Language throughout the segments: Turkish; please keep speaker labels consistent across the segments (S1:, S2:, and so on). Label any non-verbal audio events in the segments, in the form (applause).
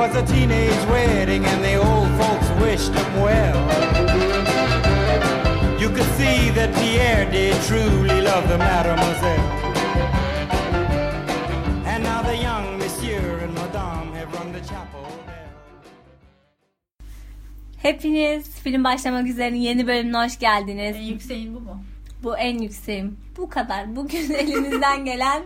S1: was a teenage wedding and the old folks wished him well. You could see that Pierre did truly love the mademoiselle. And now the young monsieur and madame have rung the chapel bell.
S2: Hepiniz film başlamak üzere'nin yeni bölümüne hoş geldiniz.
S3: En Hani yükseğin bu mu?
S2: Bu en yükseğim. Bu kadar. Bugün (laughs) elimizden gelen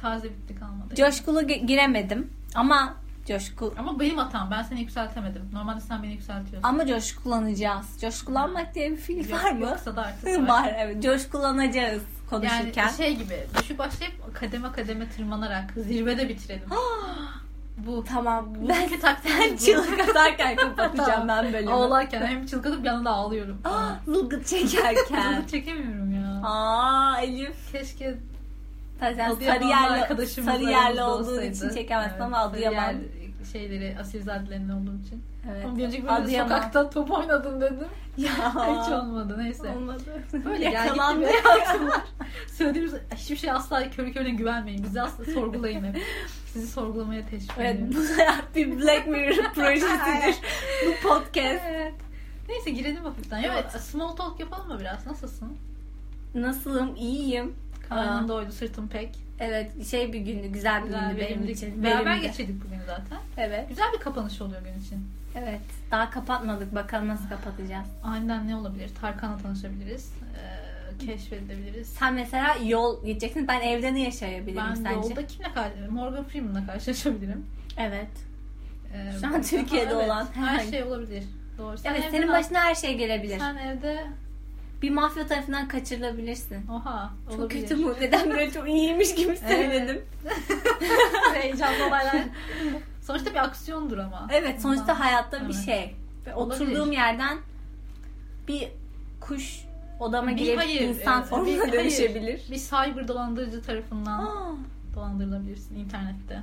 S3: Taze bitti kalmadı.
S2: coşkulu gi- giremedim ama coşku
S3: Ama benim hatam. Ben seni yükseltemedim. Normalde sen beni yükseltiyorsun.
S2: ama coşkulanacağız. Coşkulanmak diye bir fiil
S3: Yok-
S2: var (laughs) mı?
S3: Yoksa da artık var.
S2: var evet. Coşkulanacağız
S3: Yani
S2: konuşurken.
S3: şey gibi düşüp başlayıp kademe kademe tırmanarak zirvede bitirelim. bu
S2: Tamam. (laughs)
S3: bu
S2: Ben
S3: iki taktik
S2: sen
S3: bu.
S2: çığlık
S3: (laughs)
S2: (laughs) atarken kapatacağım ben bölümü.
S3: Ağlarken hem çılgınıp yanında ağlıyorum.
S2: Ah,
S3: falan.
S2: Zılgıt
S3: Kızımı (laughs)
S2: çekerken.
S3: çekemiyorum ya.
S2: Aa Elif.
S3: Keşke
S2: Sen
S3: Adıyamanlı
S2: sarı
S3: arkadaşımız
S2: Sarıyerli
S3: aramızda
S2: olduğun için
S3: olsaydı.
S2: çekemezsin ama
S3: Sarıyer
S2: Adıyaman.
S3: şeyleri asilzadelerinin olduğum için.
S2: Evet.
S3: Ama bir önceki bölümde
S2: Adıyaman.
S3: sokakta top oynadın dedim.
S2: (laughs) Ya.
S3: (laughs) Hiç olmadı neyse.
S2: Olmadı.
S3: Böyle
S2: Yakalandı.
S3: geldi hayatımlar. Söylediğimiz hiçbir şey asla körü körüne güvenmeyin. Bizi asla sorgulayın hep. Sizi sorgulamaya teşvik
S2: (laughs) Evet
S3: ediyorum.
S2: bu hayat bir Black
S3: (laughs)
S2: Mirror projesidir. bu podcast.
S3: Evet. Neyse girelim hafiften. Evet.
S2: Evet.
S3: Small talk yapalım mı biraz? Nasılsın?
S2: Nasılım? İyiyim.
S3: Karnım doydu, sırtım pek.
S2: Evet şey bir gündü. Güzel bir
S3: Güzel
S2: gündü
S3: bir
S2: benim
S3: günlük.
S2: için.
S3: Beraber
S2: Benim de.
S3: geçirdik bugünü zaten.
S2: Evet.
S3: Güzel bir kapanış oluyor gün için.
S2: Evet. Daha kapatmadık. Bakalım
S3: Ah.
S2: nasıl kapatacağız.
S3: Aniden ne olabilir? Tarkan'la tanışabiliriz. Ee, keşfedebiliriz.
S2: Sen mesela yol gideceksin. Ben evde ne yaşayabilirim
S3: Ben
S2: sence?
S3: yolda kimle karşı- Morgan Freeman'la karşılaşabilirim.
S2: Evet.
S3: Ee,
S2: Şu an Türkiye'de
S3: evet,
S2: olan
S3: her
S2: herhangi-
S3: şey olabilir. Doğru. Sen
S2: evet
S3: evde
S2: senin
S3: ne-
S2: başına her şey gelebilir.
S3: Sen evde
S2: Bir mafya tarafından kaçırılabilirsin.
S3: oha
S2: Çok
S3: olabilir.
S2: kötü mü? Neden böyle çok iyiymiş gibi söyledim.
S3: (laughs) Heyecanlı olaylar. Sonuçta bir aksiyondur ama.
S2: Evet sonuçta
S3: Bundan.
S2: hayatta bir
S3: Evet.
S2: şey. Ve
S3: Olabilir.
S2: oturduğum yerden bir kuş odama
S3: Bir
S2: girip
S3: hayır,
S2: insan
S3: e,
S2: formuna
S3: bir hayır.
S2: dönüşebilir.
S3: Bir cyber dolandırıcı tarafından
S2: Aa,
S3: dolandırılabilirsin internette.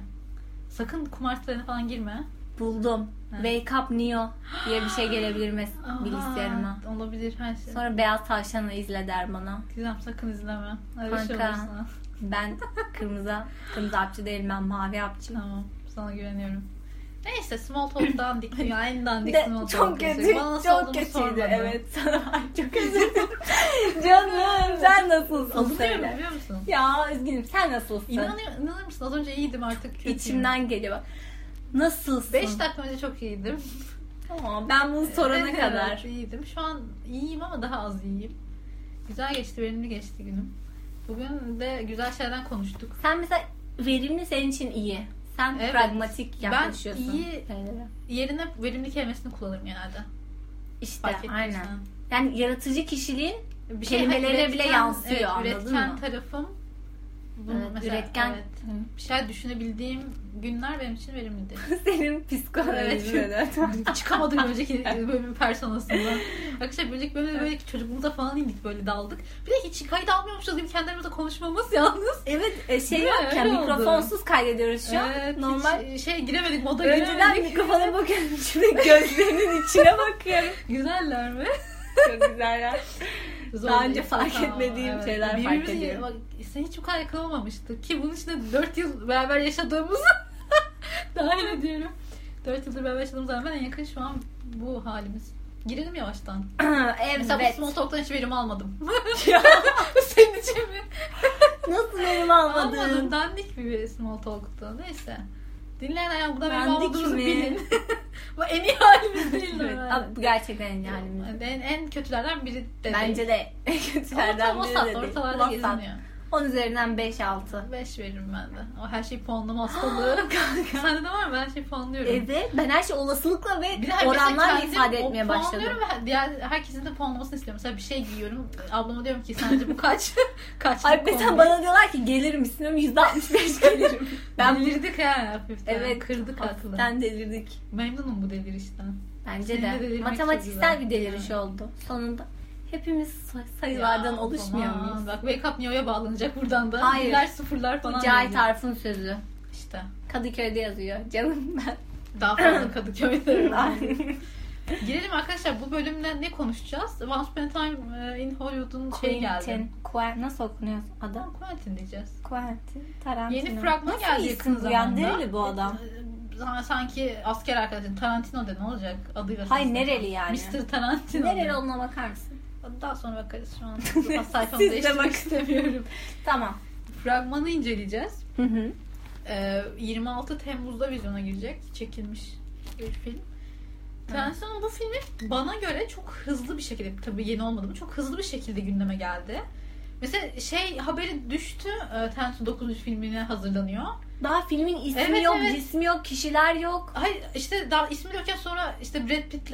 S3: Sakın kumar sitelerine falan girme.
S2: buldum.
S3: Ha.
S2: Wake up Neo diye bir şey gelebilir mes-
S3: Aha,
S2: bilgisayarıma.
S3: Olabilir her şey.
S2: Sonra Beyaz Tavşan'ı izle der bana.
S3: Gizem sakın izleme. Öyle şey
S2: Kanka.
S3: olursa.
S2: Ben kırmızı, kırmızı hapçı değilim ben mavi hapçıyım.
S3: Tamam. Sana güveniyorum. Neyse small
S2: (laughs)
S3: talk'tan dik dünya en dandik
S2: De-
S3: small talk.
S2: çok kötü,
S3: diyecek. Bana nasıl
S2: çok
S3: olduğunu
S2: kötüydü.
S3: sormadın.
S2: Evet, (laughs) sana Ay,
S3: (laughs)
S2: çok özür dilerim. Canım, sen nasılsın?
S3: Alınıyorum
S2: Söyle.
S3: biliyor musun?
S2: Ya üzgünüm, sen nasılsın?
S3: İnanıyor, inanır mısın? Az önce iyiydim artık kötüyüm.
S2: İçimden geliyor. bak. Nasılsın?
S3: 5 dakika önce çok iyiydim.
S2: Aa, ben bunu sorana
S3: Evet,
S2: kadar.
S3: iyiydim. Şu an iyiyim ama daha az iyiyim. Güzel geçti, verimli geçti günüm. Bugün de güzel şeylerden konuştuk.
S2: Sen mesela verimli senin için iyi. Sen
S3: Evet.
S2: pragmatik yaklaşıyorsun.
S3: Ben iyi-
S2: şeylere.
S3: Yerine verimli kelimesini kullanırım genelde.
S2: İşte
S3: Fark ettiysen.
S2: aynen. Yani yaratıcı kişiliğin
S3: Bir şey
S2: Kelimelere
S3: üretken-
S2: bile yansıyor,
S3: evet,
S2: anladın
S3: üretken
S2: mı?
S3: tarafım. Bunu
S2: evet,
S3: mesela,
S2: üretken
S3: evet, bir şeyler düşünebildiğim günler benim için verimlidir.
S2: (laughs) senin psikolojin.
S3: Evet. Çıkamadım önceki bölümün personasından. Arkadaşlar bölük bölümde böyle çocukluğumuza falan indik böyle daldık. Bir de hiç kayıt almıyormuşuz gibi kendi aramızda konuşmamız yalnız.
S2: evet e, şey
S3: Değil mi?
S2: yokken
S3: Öyle oldu.
S2: mikrofonsuz kaydediyoruz şu an.
S3: Evet,
S2: Normal.
S3: hiç şey giremedik moda
S2: (laughs) Önceden
S3: giremedik.
S2: mikrofona bakıyorum. Şimdi (laughs) gözlerinin içine bakıyorum.
S3: Güzeller mi?
S2: Çok güzel ya.
S3: Zor
S2: Daha
S3: değil,
S2: önce fark
S3: tamam,
S2: etmediğim şeyler fark
S3: Birbirimizi-
S2: ediyorum.
S3: Bak, seni hiç bu kadar yakalamamıştık ki bunun içinde 4 yıl beraber yaşadığımızı (laughs) dahil ediyorum. 4 yıldır beraber yaşadığımız rağmen en yakın şu an bu halimiz. Girelim yavaştan. Mesela
S2: (clears throat)
S3: bu
S2: evet.
S3: small talk'tan hiç verim almadım. (laughs)
S2: (laughs) Ya,
S3: Senin için mi?
S2: Nasıl benim (laughs)
S3: Almadım.
S2: almadın?
S3: Dandik bir small talk'tu. Neyse. Dinleyen ayağı bu da benim
S2: Dandik
S3: olduğunuzu
S2: mi?
S3: bilin. (laughs) bu en iyi halimiz değil mi?
S2: Evet. Abi, bu gerçekten yani.
S3: En, en kötülerden biri de
S2: Bence de (laughs) en
S3: Orta,
S2: kötülerden biri de
S3: Mossad
S2: değil.
S3: ortalarda
S2: Vasat.
S3: geziniyor.
S2: 10 üzerinden (gasps) 5-6.
S3: 5 veririm ben de. O her şey
S2: (laughs)
S3: puanlama hastalığı. Sende de var mı? Ben her şeyi puanlıyorum.
S2: Evet ben her şey olasılıkla ve
S3: Bir de herkese
S2: oranlarla
S3: kendim
S2: ifade
S3: o
S2: etmeye başladım.
S3: Puanlıyorum ve diğer herkesin de puanlamasını istiyorum. Mesela bir şey giyiyorum. Ablama diyorum ki sence bu kaç? (laughs) kaç?
S2: Ay mesela bana diyorlar ki gelir misin? Diyorum, %65 gelirim.
S3: ben
S2: ben
S3: delirdik ha
S2: (laughs)
S3: hafiften.
S2: Evet.
S3: Kırdık aklı.
S2: hafiften delirdik.
S3: Memnunum bu delirişten.
S2: Bence
S3: Senin de
S2: de.
S3: delirmek
S2: Matematiksel
S3: çok
S2: bir
S3: güzel.
S2: deliriş
S3: Yani.
S2: oldu. Sonunda hepimiz say- sayılardan
S3: Ya,
S2: oluşmuyor
S3: aman.
S2: muyuz?
S3: Bak Wake Up Neo'ya bağlanacak buradan da.
S2: Hayır.
S3: Birler sıfırlar falan.
S2: Bu Cahit
S3: geliyor.
S2: Arf'ın sözü.
S3: İşte.
S2: Kadıköy'de yazıyor. (laughs) Canım
S3: (laughs)
S2: ben.
S3: Daha fazla
S2: (laughs)
S3: Kadıköy'de.
S2: Ay.
S3: Girelim arkadaşlar bu bölümde ne konuşacağız? Once Upon a Time in Hollywood'un şey geldi.
S2: Quentin. Quen, nasıl okunuyor adam?
S3: Quentin diyeceğiz.
S2: Quentin Tarantino.
S3: Yeni fragman
S2: Nasıl
S3: geldi
S2: isim
S3: yakın
S2: bu ya?
S3: zamanda.
S2: Nereli bu adam?
S3: Ee, sa- sanki asker arkadaşın Tarantino de ne olacak adıyla?
S2: Hayır,
S3: sonuçta.
S2: nereli yani?
S3: Mr. Tarantino.
S2: Nereli
S3: de.
S2: olduğuna bakar mısın?
S3: Daha sonra bakarız
S2: (laughs)
S3: şu an. Sayfamı
S2: de
S3: değiştirmek
S2: bakın.
S3: istemiyorum.
S2: Tamam.
S3: Fragmanı inceleyeceğiz.
S2: Hı hı.
S3: Ee, 26 Temmuz'da vizyona girecek. Çekilmiş bir film. Tarantino bu filmi bana göre çok hızlı bir şekilde, tabii yeni olmadı mı, çok hızlı bir şekilde gündeme geldi. Mesela şey haberi düştü, e, Tarantino 9. filmine hazırlanıyor.
S2: Daha filmin ismi
S3: Evet,
S2: yok,
S3: evet.
S2: cismi yok, kişiler yok.
S3: Hayır işte daha ismi yokken sonra işte Brad Pitt'le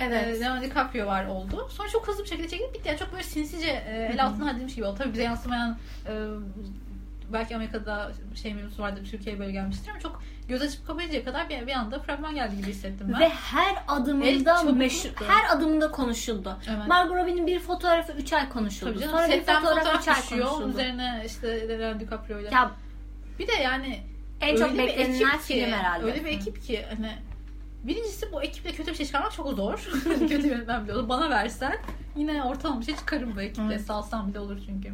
S3: evet.
S2: Evet.
S3: Leonardo DiCaprio var oldu. Sonra çok hızlı bir şekilde çekilip bitti. Yani çok böyle sinsice e, el altına edilmiş gibi oldu. Tabii bize yansımayan e, belki Amerika'da şey mevzusu vardı Türkiye'ye böyle gelmiştir ama çok göz açıp kapayıncaya kadar bir, bir anda fragman geldi gibi hissettim ben.
S2: Ve her adımında
S3: Evet, çok
S2: meşhur,
S3: mutlu.
S2: her adımında konuşuldu.
S3: Evet.
S2: Margot Robbie'nin bir fotoğrafı 3 ay konuşuldu.
S3: Tabii canım
S2: Sonra bir
S3: setten
S2: fotoğraf,
S3: fotoğraf,
S2: üç ay
S3: düşüyor. Onun
S2: konuşuldu.
S3: üzerine işte Leonardo DiCaprio ile.
S2: Ya
S3: Bir de yani
S2: en çok
S3: öyle bir
S2: beklenilen
S3: ekip ki-
S2: film herhalde.
S3: Öyle bir ekip ki hani birincisi bu ekiple kötü bir şey çıkarmak çok zor. (laughs) kötü yönetmen bile olur. Bana versen yine ortalama bir şey çıkarım bu ekiple.
S2: Evet.
S3: Salsam bile olur çünkü.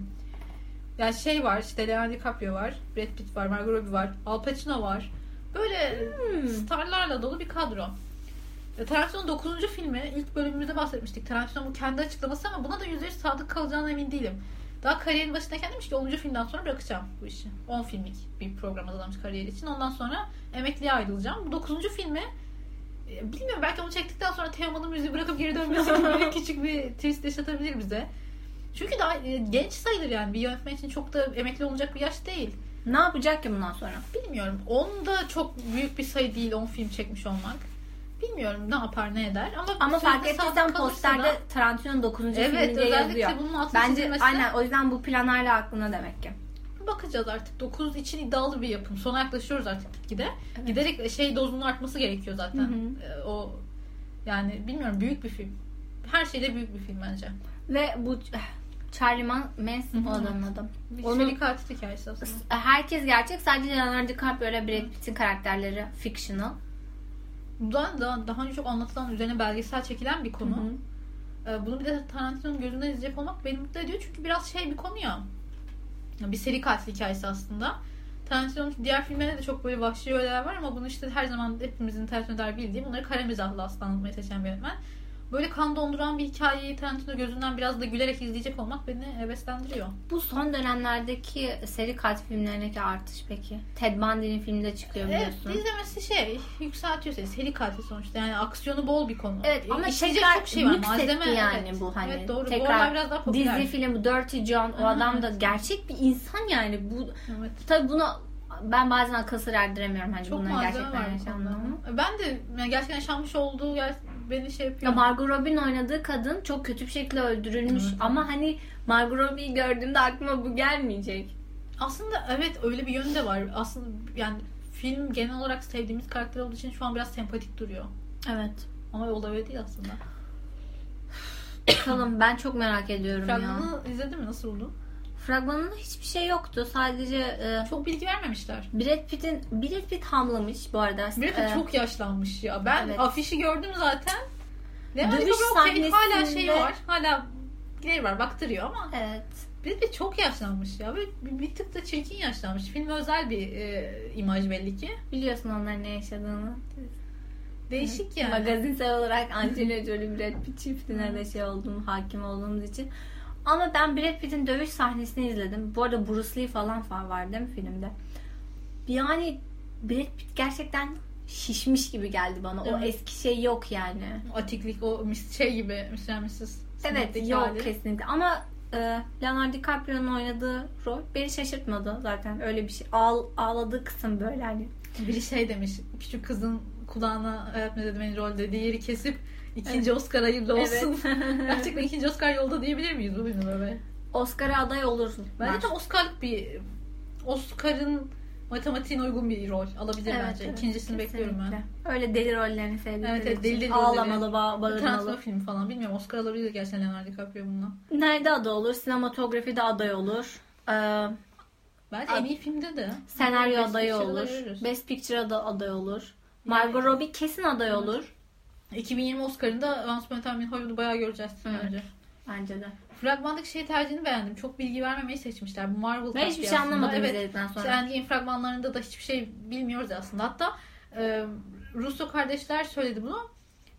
S3: Ya şey var işte Leonardo DiCaprio var, Brad Pitt var, Margot Robbie var, Al Pacino var. Böyle starlarla dolu bir kadro. E, Tarantino'nun 9. filmi ilk bölümümüzde bahsetmiştik. Tarantino bu kendi açıklaması ama buna da %100 sadık kalacağına emin değilim. Daha kariyerin başındayken demiş ki 10. filmden sonra bırakacağım bu işi. 10 filmlik bir programa adamış kariyeri için. Ondan sonra emekliye ayrılacağım. Bu 9. filmi e, bilmiyorum belki onu çektikten sonra Teoman'ın müziği bırakıp geri dönmesi gibi böyle küçük bir twist yaşatabilir bize. Çünkü daha e, genç sayılır yani bir yönetmen için çok da emekli olacak bir yaş değil.
S2: Ne yapacak ki bundan sonra?
S3: Bilmiyorum. 10 da çok büyük bir sayı değil 10 film çekmiş olmak. Bilmiyorum ne yapar ne eder ama
S2: Ama
S3: sözde
S2: fark ettiysen
S3: sadık kalırsa
S2: posterde
S3: da-
S2: Tarantino'nun 9. filmi
S3: evet
S2: diye
S3: özellikle
S2: yazıyor.
S3: bunun altını
S2: Bence
S3: çizilmesi-
S2: aynen o yüzden bu planlarla aklına demek ki.
S3: bakacağız artık. 9 için iddialı bir yapım. Sona yaklaşıyoruz artık gitgide.
S2: Evet.
S3: Giderek şey dozunun artması gerekiyor zaten.
S2: Hı hı.
S3: Ee, O yani bilmiyorum büyük bir film. Her şeyde büyük bir film bence.
S2: Ve bu eh, Charlie Man- Manson
S3: Hı
S2: o
S3: hı.
S2: adamın adı.
S3: Bir
S2: Onun-
S3: seri katil hikayesi aslında.
S2: Herkes gerçek sadece Leonardo DiCaprio ile Brad Pitt'in karakterleri fictional.
S3: Bundan daha, daha önce çok anlatılan üzerine belgesel çekilen bir konu.
S2: Hı hı.
S3: Ee, Bunu bir de Tarantino'nun gözünden izleyecek olmak beni mutlu ediyor. Çünkü biraz şey bir konu ya. Ya Bir seri katil hikayesi aslında. Tarantino'nun diğer filmlerinde de çok böyle vahşi öğeler var ama bunu işte her zaman hepimizin Tarantino der bildiği bunları kara mizahla aslında anlatmayı seçen bir yönetmen. Böyle kan donduran bir hikayeyi Tarantino gözünden biraz da gülerek izleyecek olmak beni heveslendiriyor.
S2: Bu son dönemlerdeki seri katil filmlerindeki artış peki? Ted Bundy'nin filmi de çıkıyor
S3: Evet,
S2: biliyorsun.
S3: izlemesi şey, yükseltiyor seni. Seri katil sonuçta yani aksiyonu bol bir konu.
S2: Evet, ama
S3: İşleyecek
S2: tekrar
S3: çok şey var.
S2: mix etti
S3: Malzeme
S2: yani
S3: evet.
S2: bu hani.
S3: Evet doğru.
S2: Tekrar
S3: bu aralar biraz daha popüler.
S2: Dizi filmi Dirty John o
S3: Aha,
S2: adam da
S3: evet.
S2: gerçek bir insan yani bu
S3: Evet.
S2: tabii buna ben bazen akıl sır erdiremiyorum hani
S3: Çok
S2: bunların
S3: malzeme
S2: gerçekten
S3: var bu
S2: yaşandığını.
S3: konuda. Ben de yani gerçekten yaşanmış olduğu yer beni şey
S2: Ya
S3: yapıyor.
S2: Margot Robbie oynadığı kadın çok kötü bir şekilde öldürülmüş
S3: Evet.
S2: ama hani Margot Robbie'yi gördüğümde aklıma bu gelmeyecek.
S3: Aslında evet öyle bir yönü de var. Aslında yani film genel olarak sevdiğimiz karakter olduğu için şu an biraz sempatik duruyor.
S2: Evet.
S3: Ama o da öyle değil aslında.
S2: Bakalım ben çok merak ediyorum ya.
S3: Fragmanı izledin mi? Nasıl buldun?
S2: Fragmanında hiçbir şey yoktu. Sadece e,
S3: Çok bilgi vermemişler.
S2: Brad Pitt'in Brad Pitt hamlamış bu arada.
S3: Brad
S2: E,
S3: Pitt çok yaşlanmış ya. Ben
S2: evet.
S3: afişi gördüm zaten. Leonardo
S2: Dövüş
S3: DiCaprio okey, hala şey
S2: sahnesinde-
S3: var. Hala gleri var baktırıyor ama
S2: Evet.
S3: Brad Pitt çok yaşlanmış ya. Böyle bir, bir tık da çirkin yaşlanmış. Film özel bir e, imaj belli ki.
S2: Biliyorsun onların ne yaşadığını.
S3: Değişik yani.
S2: Magazinsel
S3: (laughs)
S2: olarak Angelina Jolie Brad Pitt çiftine de şey olduğum, hakim olduğumuz için. Ama ben Brad Pitt'in dövüş sahnesini izledim. Bu arada Bruce Lee falan falan var değil mi filmde? Yani Brad Pitt gerçekten şişmiş gibi geldi bana. O
S3: Evet.
S2: eski şey yok yani.
S3: atiklik o mis- şey gibi müsemmisiniz.
S2: Evet yok kesinlikle ama e, Leonardo DiCaprio'nun oynadığı rol beni şaşırtmadı zaten. Öyle bir şey. Ağl, ağladığı kısım böyle hani.
S3: Biri şey demiş küçük kızın kulağına öğretme dedi beni rolde diğeri kesip ikinci Oscar hayırlı
S2: (laughs)
S3: olsun. (laughs) Gerçekten ikinci Oscar yolda diyebilir miyiz bu filme böyle?
S2: Oscar'a aday olursun.
S3: Bence de Oscar'lık bir Oscar'ın matematiğine uygun bir rol alabilir bence. İkincisini bekliyorum ben.
S2: kesinlikle. Öyle deli rollerini sevdiğim
S3: Evet, evet,
S2: için.
S3: deli deli
S2: Ağlamalı, ba-
S3: Tarantino
S2: bağırmalı.
S3: filmi falan bilmiyorum. Oscar alabilir gerçekten Leonardo DiCaprio bununla.
S2: Nerede aday olur? Sinematografi de aday olur. Ee,
S3: Bence en iyi filmde de.
S2: senaryo
S3: Best
S2: adayı
S3: Picture'da
S2: olur.
S3: görürüz.
S2: Best Picture'a da aday olur. Margot Robbie kesin aday olur.
S3: 2020 Oscar'ında Once Upon a Time in Hollywood'u bayağı göreceğiz
S2: Evet.
S3: bence.
S2: Bence de.
S3: Fragmandaki şey tercihini beğendim. Çok bilgi vermemeyi seçmişler. Bu Marvel
S2: Ben hiçbir şey
S3: taktiği aslında.
S2: anlamadım
S3: Evet.
S2: izledikten sonra.
S3: İşte Endgame fragmanlarında da hiçbir şey bilmiyoruz aslında. Hatta e, Russo kardeşler söyledi bunu.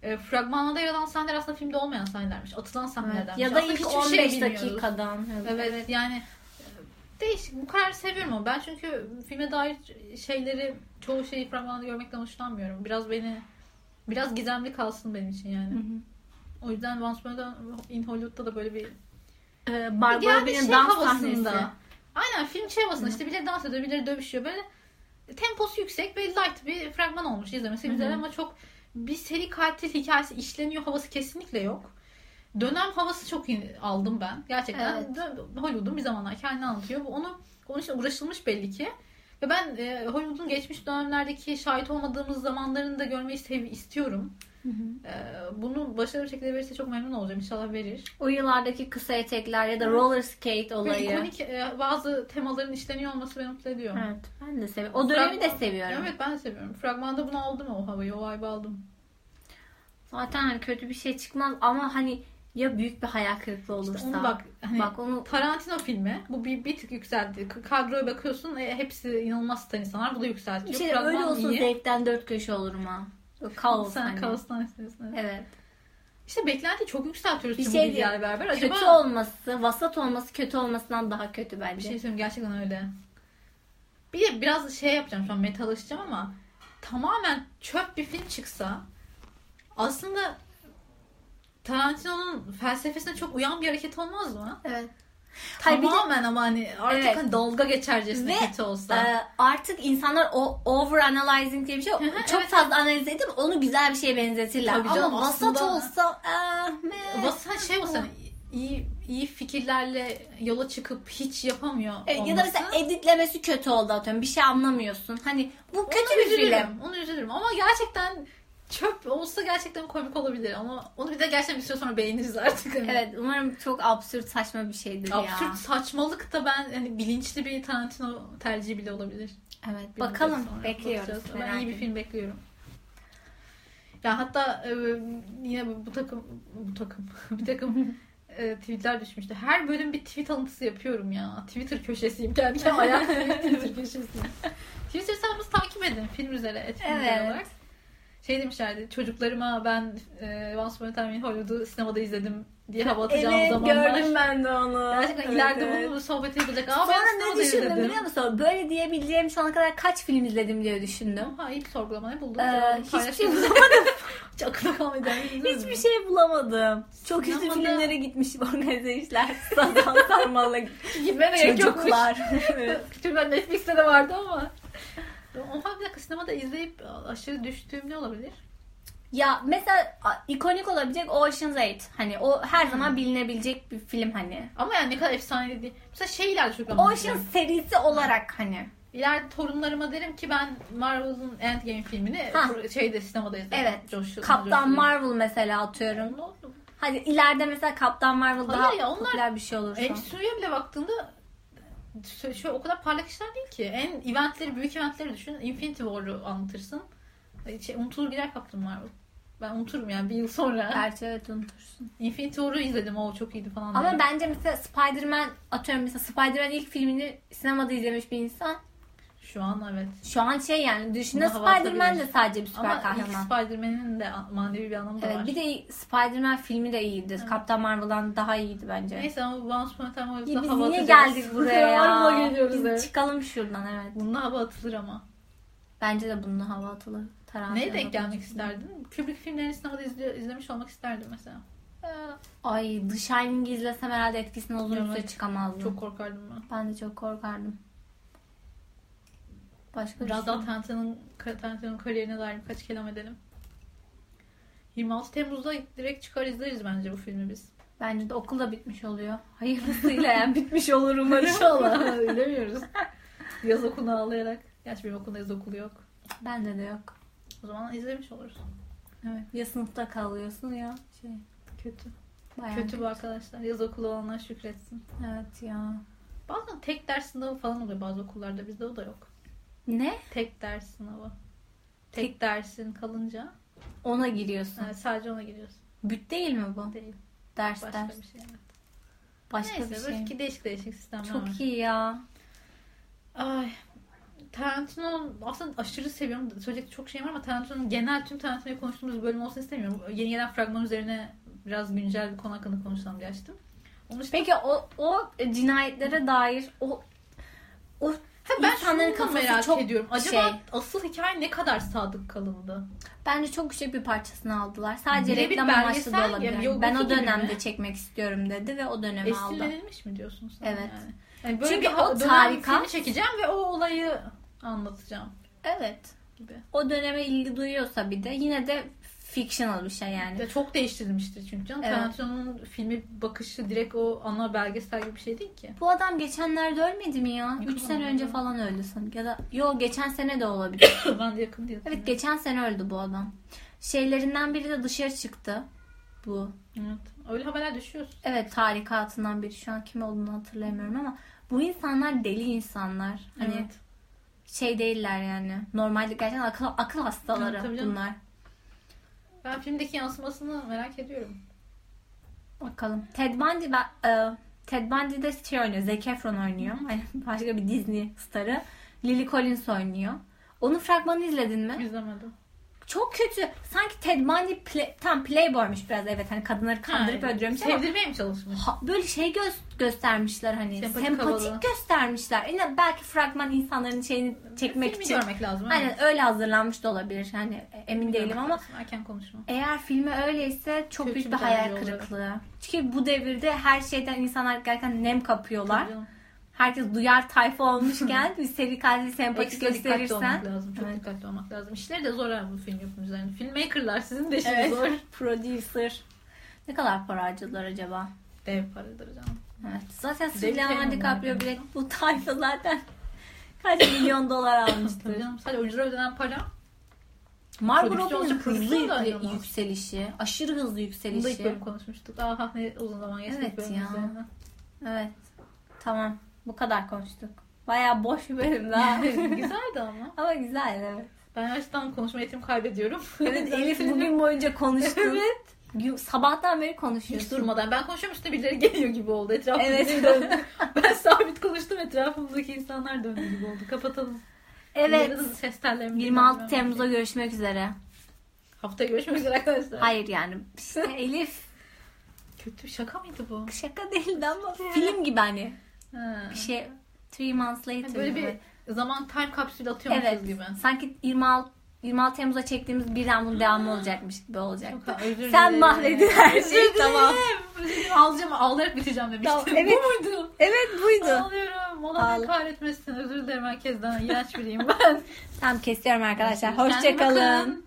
S3: E, fragmanda yer alan sahneler aslında filmde olmayan sahnelermiş. Atılan sahnelerdenmiş.
S2: Ya da
S3: Aslında
S2: ilk
S3: hiçbir
S2: 15
S3: şey bilmiyoruz.
S2: dakikadan.
S3: Evet, yani e, değişik. Bu kadar seviyorum ama ben çünkü filme dair şeyleri çoğu şeyi fragmanda görmekten hoşlanmıyorum. Biraz beni biraz gizemli kalsın benim için yani.
S2: Hı hı.
S3: O yüzden Once Upon a Time in Hollywood'da da böyle bir
S2: Ee,
S3: Bir
S2: Barbara
S3: yani
S2: Bey'in
S3: şey
S2: dans
S3: havasında.
S2: sahnesi.
S3: Aynen film şey havasında işte birileri dans ediyor, birileri dövüşüyor. Böyle temposu yüksek ve light bir fragman olmuş
S2: Hı
S3: izlemesi
S2: hı.
S3: güzel ama çok bir seri katil hikayesi işleniyor havası kesinlikle yok. Dönem havası çok iyi aldım ben. Gerçekten
S2: Evet.
S3: Dö- Hollywood'un bir zamanlar kendini anlatıyor. Bu onu onun için uğraşılmış belli ki. Ve ben e, Hollywood'un geçmiş dönemlerdeki şahit olmadığımız zamanlarını da görmeyi sev- istiyorum.
S2: Hı hı.
S3: E, bunu başarılı bir şekilde verirse çok memnun olacağım. İnşallah verir.
S2: O yıllardaki kısa etekler ya da roller skate
S3: Böyle
S2: olayı.
S3: ikonik e, bazı temaların işleniyor olması beni mutlu ediyor.
S2: Evet, ben de seviyorum. O dönemi de
S3: Fragman-
S2: seviyorum.
S3: Evet ben de seviyorum. Fragmanda bunu aldım o havayı, o vibe'ı aldım.
S2: Zaten hani kötü bir şey çıkmaz ama hani ya büyük bir hayal kırıklığı olursa.
S3: Onu bak, hani
S2: bak onu
S3: Tarantino filmi. Bu bir, bir tık yükseldi. K- Kadroya bakıyorsun e, hepsi inanılmaz stan insanlar. Bu da
S2: bir
S3: yükseltiyor.
S2: şey
S3: Fragman
S2: öyle olsun
S3: iyi.
S2: zevkten dört köşe olurum ha. Böyle Kaos
S3: Sen
S2: hani.
S3: kaostan istiyorsun. Evet.
S2: Evet.
S3: İşte beklenti çok yükseltiyoruz.
S2: Bir
S3: tüm
S2: şey
S3: bu bilgilerle beraber. Acaba
S2: Kötü olması, vasat olması kötü olmasından daha kötü
S3: Bir
S2: bence.
S3: şey söyleyeyim gerçekten öyle. Bir de biraz şey yapacağım şu an metal açacağım ama tamamen çöp bir film çıksa aslında Tarantino'nun felsefesine çok uyan bir hareket olmaz mı?
S2: Evet. Hayır, bir de-
S3: tamamen ama hani artık
S2: Evet.
S3: hani dalga geçercesine
S2: Ve,
S3: kötü olsa.
S2: Ee, artık insanlar o over analyzing diye bir şey
S3: Hı hı,
S2: çok
S3: evet,
S2: fazla analiz edip onu güzel bir şeye benzetirler.
S3: Tabii
S2: Ama
S3: canım,
S2: vasat
S3: aslında-
S2: olsa ah, meh.
S3: Basın şey olsa iyi iyi fikirlerle yola çıkıp hiç yapamıyor
S2: Evet,
S3: olması.
S2: E, ya da mesela editlemesi kötü oldu atıyorum. Bir şey anlamıyorsun. Hani bu kötü
S3: Ona
S2: bir film.
S3: Onu üzülürüm ama gerçekten çöp olsa gerçekten komik olabilir ama onu bir de gerçekten bir süre sonra beğeniriz artık. Hani.
S2: Evet umarım çok absürt saçma bir şeydir ya.
S3: Absürt saçmalık da ben hani bilinçli bir Tarantino tercihi bile olabilir.
S2: Evet
S3: Bir
S2: bakalım
S3: müddet sonra
S2: bekliyoruz.
S3: bakacağız.
S2: merak
S3: Ben iyi bir
S2: etme.
S3: film (laughs) bekliyorum. Ya hatta e, yine bu, bu takım bu takım (laughs) bir takım e, tweetler düşmüştü. Her bölüm bir tweet alıntısı yapıyorum ya. Twitter köşesiyim
S2: (laughs)
S3: kendi kendime ayak Twitter köşesiyim. Twitter sayfamızı takip edin film üzere etkin
S2: Evet.
S3: olarak. Şey demişlerdi çocuklarıma ben e, Once Upon a Time in Hollywood'u sinemada izledim diye hava atacağım
S2: Evet
S3: zamanlar.
S2: gördüm ben de onu.
S3: Gerçekten
S2: Evet,
S3: ileride
S2: evet.
S3: bunu sohbet edilecek. Aa,
S2: Sonra
S3: ben
S2: ne düşündüm biliyor musun? Böyle diyebileceğim şu ana kadar kaç film izledim diye düşündüm.
S3: Oha ilk sorgulamayı buldum.
S2: Ee,
S3: Ee,
S2: hiçbir şey
S3: (laughs) Hiç aklına kalmadı.
S2: Hiçbir şey bulamadım. Çok
S3: Sinemada-
S2: üzücü filmlere (laughs) gitmişim organize işler. Sazan sarmalla
S3: Gitmeye de gerek yokmuş.
S2: çocuklar. Evet.
S3: Çünkü ben Netflix'te de vardı ama. Oha bir dakika sinemada izleyip aşırı düştüğüm ne olabilir?
S2: Ya mesela a- ikonik olabilecek Ocean's 8. Hani o her zaman bilinebilecek bir film hani.
S3: Ama yani ne kadar efsane değil. Mesela şey ileride çok
S2: Ocean serisi olarak hani.
S3: İleride torunlarıma derim ki ben Marvel'ın Endgame filmini
S2: Ha.
S3: pro- şeyde sinemada izledim.
S2: Evet.
S3: Coşu,
S2: Kaptan
S3: coşu-
S2: Marvel mesela atıyorum.
S3: Ne oldu?
S2: Hadi ileride mesela Kaptan Marvel daha
S3: Hayır ya, onlar-
S2: popüler bir şey olursa.
S3: En Suriye bile baktığında şö- şöyle o kadar parlak işler değil ki. En eventleri, büyük eventleri düşün. Infinity War'u anlatırsın. Şey, unutulur gider Captain Marvel. Ben unuturum yani bir yıl sonra.
S2: Gerçi evet unutursun.
S3: Infinity War'u izledim. O çok iyiydi falan.
S2: Ama
S3: diye.
S2: bence mesela Spider-Man atıyorum mesela Spider-Man ilk filmini sinemada izlemiş bir insan.
S3: Şu an evet.
S2: Şu an şey yani düşünün
S3: Bunu hava
S2: Spider-Man de
S3: atabilir.
S2: sadece bir süper
S3: Ama ilk
S2: kahraman.
S3: Spider-Man'in de manevi bir anlamı da
S2: Evet,
S3: var.
S2: bir de Spider-Man filmi de iyiydi. Kaptan Marvel'dan daha iyiydi bence.
S3: Neyse ama Once Upon a Time
S2: Ya
S3: Hollywood'da
S2: biz
S3: hava
S2: niye
S3: atacağız. (laughs)
S2: geldik buraya ya?
S3: Marvel'a geliyoruz
S2: Biz
S3: evet.
S2: çıkalım şuradan evet.
S3: Bununla hava atılır ama.
S2: Bence de bununla hava atılır. Tarantino
S3: Neye denk
S2: bakıyor.
S3: gelmek isterdin? Kubrick filmlerini sinemada izli- izlemiş olmak isterdim mesela. Ee,
S2: Ay The Shining'i izlesem herhalde etkisinden uzun
S3: Evet.
S2: süre çıkamazdım.
S3: çok korkardım ben.
S2: Ben de çok korkardım. Başka
S3: Biraz
S2: bir şey.
S3: daha Tarantino'nun Tarantino'nun kariyerine dair birkaç kelam edelim. 26 Temmuz'da direkt çıkar izleriz bence bu
S2: (laughs)
S3: filmi biz.
S2: Bence de okul da bitmiş oluyor. Hayırlısıyla
S3: (laughs)
S2: yani bitmiş olur umarım.
S3: İnşallah bilemiyoruz. Yaz okulunu ağlayarak. Gerçi benim okulda yaz okulu yok.
S2: (laughs) Bende de yok.
S3: O zaman izlemiş oluruz.
S2: Evet. Ya sınıfta kalıyorsun ya şey.
S3: Kötü.
S2: Bayağı
S3: Kötü bu arkadaşlar. Yaz okulu olanlar şükretsin.
S2: Evet ya.
S3: Bazen tek ders sınavı falan oluyor bazı okullarda. Bizde o da yok.
S2: Ne?
S3: Tek ders sınavı. Tek,
S2: Tek-
S3: dersin kalınca
S2: Ona giriyorsun.
S3: yani sadece ona giriyorsun.
S2: Büt değil mi bu?
S3: Değil.
S2: Ders
S3: Başka
S2: ders.
S3: bir şey.
S2: Başka
S3: Neyse
S2: bir şey.
S3: böyle değişik değişik sistemler var.
S2: Çok iyi ya.
S3: Ay. Tarantino aslında aşırı seviyorum. Söyleyecek çok şey var ama Tarantino'nun genel tüm Tarantino'yu konuştuğumuz bir bölüm olsun istemiyorum. Yeni gelen fragman üzerine biraz güncel bir konu hakkında konuşalım diye açtım. Onun için
S2: Peki o o cinayetlere dair o o
S3: Ha, ben
S2: insanların
S3: şunu da
S2: kafası
S3: merak
S2: çok
S3: ediyorum. Acaba
S2: şey.
S3: asıl hikaye ne kadar sadık kalındı?
S2: bence çok küçük bir parçasını aldılar. Sadece
S3: Birebir
S2: reklam amaçlı da
S3: belgesel ya,
S2: olabilir.
S3: biyografi
S2: ben o
S3: gibi
S2: dönemde
S3: mi?
S2: çekmek istiyorum dedi ve o dönemi aldı.
S3: Esinlenilmiş mi diyorsun sen?
S2: Evet.
S3: Yani? Yani böyle
S2: Çünkü
S3: bir ha-
S2: o
S3: dönem
S2: tarikat-
S3: filmi çekeceğim ve o olayı anlatacağım
S2: Evet.
S3: gibi.
S2: O döneme ilgi duyuyorsa bir de yine de fictional bir şey yani.
S3: Ya çok değiştirilmiştir çünkü canım.
S2: Evet.
S3: Tarantino'nun filmi bakışı direkt o ana belgesel gibi bir şey
S2: (coughs)
S3: değil ki.
S2: Bu adam geçenlerde ölmedi mi ya? 3
S3: Yakın
S2: sene
S3: oldu.
S2: önce falan öldü sanki. Ya da yo geçen sene de
S3: (laughs)
S2: olabilir.
S3: ben de yakın diye
S2: evet
S3: hatırlıyorum.
S2: geçen sene öldü bu adam. Şeylerinden biri de dışarı çıktı. Bu.
S3: Evet. Öyle haberler düşüyorsun.
S2: Evet tarikatından biri. Şu an kim olduğunu hatırlamıyorum ama bu insanlar deli insanlar. Hani
S3: Evet.
S2: şey değiller yani. Normalde gerçekten akıl, akıl hastaları
S3: Evet, tabii canım.
S2: bunlar.
S3: Ben filmdeki yansımasını merak ediyorum.
S2: Bakalım. Ted Bundy ben, e, Ted Bundy de şey oynuyor. Zac Efron oynuyor. Hani (laughs) başka bir Disney starı. Lily Collins oynuyor. Onun fragmanını izledin mi?
S3: İzlemedim.
S2: Çok kötü. Sanki Ted Bundy play- tam playboymuş biraz evet hani kadınları kandırıp
S3: Ha,
S2: öldürüyormuş ama
S3: Sevdirmeye mi çalışmış?
S2: ha- böyle şey gö- göstermişler hani
S3: Sempatik
S2: sempatik,
S3: havalı.
S2: göstermişler. Yani belki fragman insanların şeyini çekmek
S3: Filmi
S2: için.
S3: görmek lazım. evet.
S2: Aynen öyle hazırlanmış da olabilir. Hani e, emin değilim ama
S3: Erken konuşma.
S2: eğer filmi öyleyse çok
S3: Kötü
S2: büyük
S3: bir
S2: bir hayal
S3: bence olarak.
S2: kırıklığı. Çünkü bu devirde her şeyden insanlar gerçekten nem kapıyorlar.
S3: Tabii canım.
S2: Herkes duyar tayfa olmuşken
S3: (laughs)
S2: bir seri katil sempati
S3: Ekstra dikkatli
S2: gösterirsen
S3: olmak lazım. Çok
S2: Evet.
S3: dikkatli olmak lazım. İşleri de zor abi bu film yapımcıların. Filmmakerlar sizin de işiniz
S2: Evet.
S3: zor. (laughs)
S2: (laughs) Producer. Ne kadar para harcadılar acaba?
S3: Dev paradır canım.
S2: Evet. Zaten
S3: Dev
S2: Leonardo
S3: Cameron
S2: DiCaprio
S3: yani.
S2: bile bu tayfa zaten (laughs) kaç milyon dolar
S3: (laughs) Tabii
S2: almıştır.
S3: canım. Sadece oyunculara ödenen para.
S2: Margot
S3: Prodüksiyon
S2: Robbie'nin
S3: olacak,
S2: hızlı
S3: prodüksiyon da
S2: yükle-
S3: ayrılmaz.
S2: yükselişi. Aşırı hızlı
S3: Bunu da ilk
S2: yükselişi.
S3: bölüm konuşmuştuk. Aha ne uzun zaman geçti
S2: Evet
S3: ilk bölüm
S2: ya.
S3: üzerinden.
S2: Evet. Tamam. Bu kadar konuştuk. Baya boş bir
S3: (laughs)
S2: bölüm daha.
S3: Güzeldi ama.
S2: Ama güzel evet.
S3: Ben açıdan konuşma eğitimi kaybediyorum. (laughs)
S2: Evet Elif
S3: Senin-
S2: bugün boyunca konuştu.
S3: (laughs) Evet.
S2: Gü- Sabahtan beri
S3: Hiç
S2: konuşuyorsun.
S3: durmadan. Ben konuşuyorum üstüne birileri geliyor gibi oldu. Etrafımda
S2: Evet.
S3: döndü. (laughs) ben sabit konuştum etrafımdaki insanlar döndü gibi oldu. Kapatalım.
S2: Evet.
S3: Yarın ses tellerimi
S2: 26
S3: dinlemem
S2: Temmuz'da
S3: gerekiyor.
S2: görüşmek üzere.
S3: Haftaya görüşmek üzere arkadaşlar.
S2: Hayır yani.
S3: (laughs)
S2: İşte Elif
S3: Kötü şaka mıydı bu?
S2: şaka değildi ama film gibi hani.
S3: Ha.
S2: Bir şey Three Months Later
S3: Yani böyle
S2: gibi.
S3: bir zaman time kapsülü atıyormuşuz
S2: Evet.
S3: gibi.
S2: Sanki 26 26 Temmuz'a çektiğimiz birden bunun devamı olacakmış gibi olacak.
S3: Hmm. Çok özür dilerim.
S2: Sen mahvedin her
S3: Evet,
S2: şeyi.
S3: Tamam. Ağlayacağım, ağlayarak biteceğim demiştim.
S2: Tamam, evet.
S3: Bu muydu?
S2: Evet buydu.
S3: Ağlıyorum. Allah beni
S2: Ağla.
S3: kahretmesin. Özür dilerim herkesten. İğrenç biriyim ben.
S2: Tamam kesiyorum arkadaşlar.
S3: Kendine
S2: Hoşçakalın.
S3: bakın.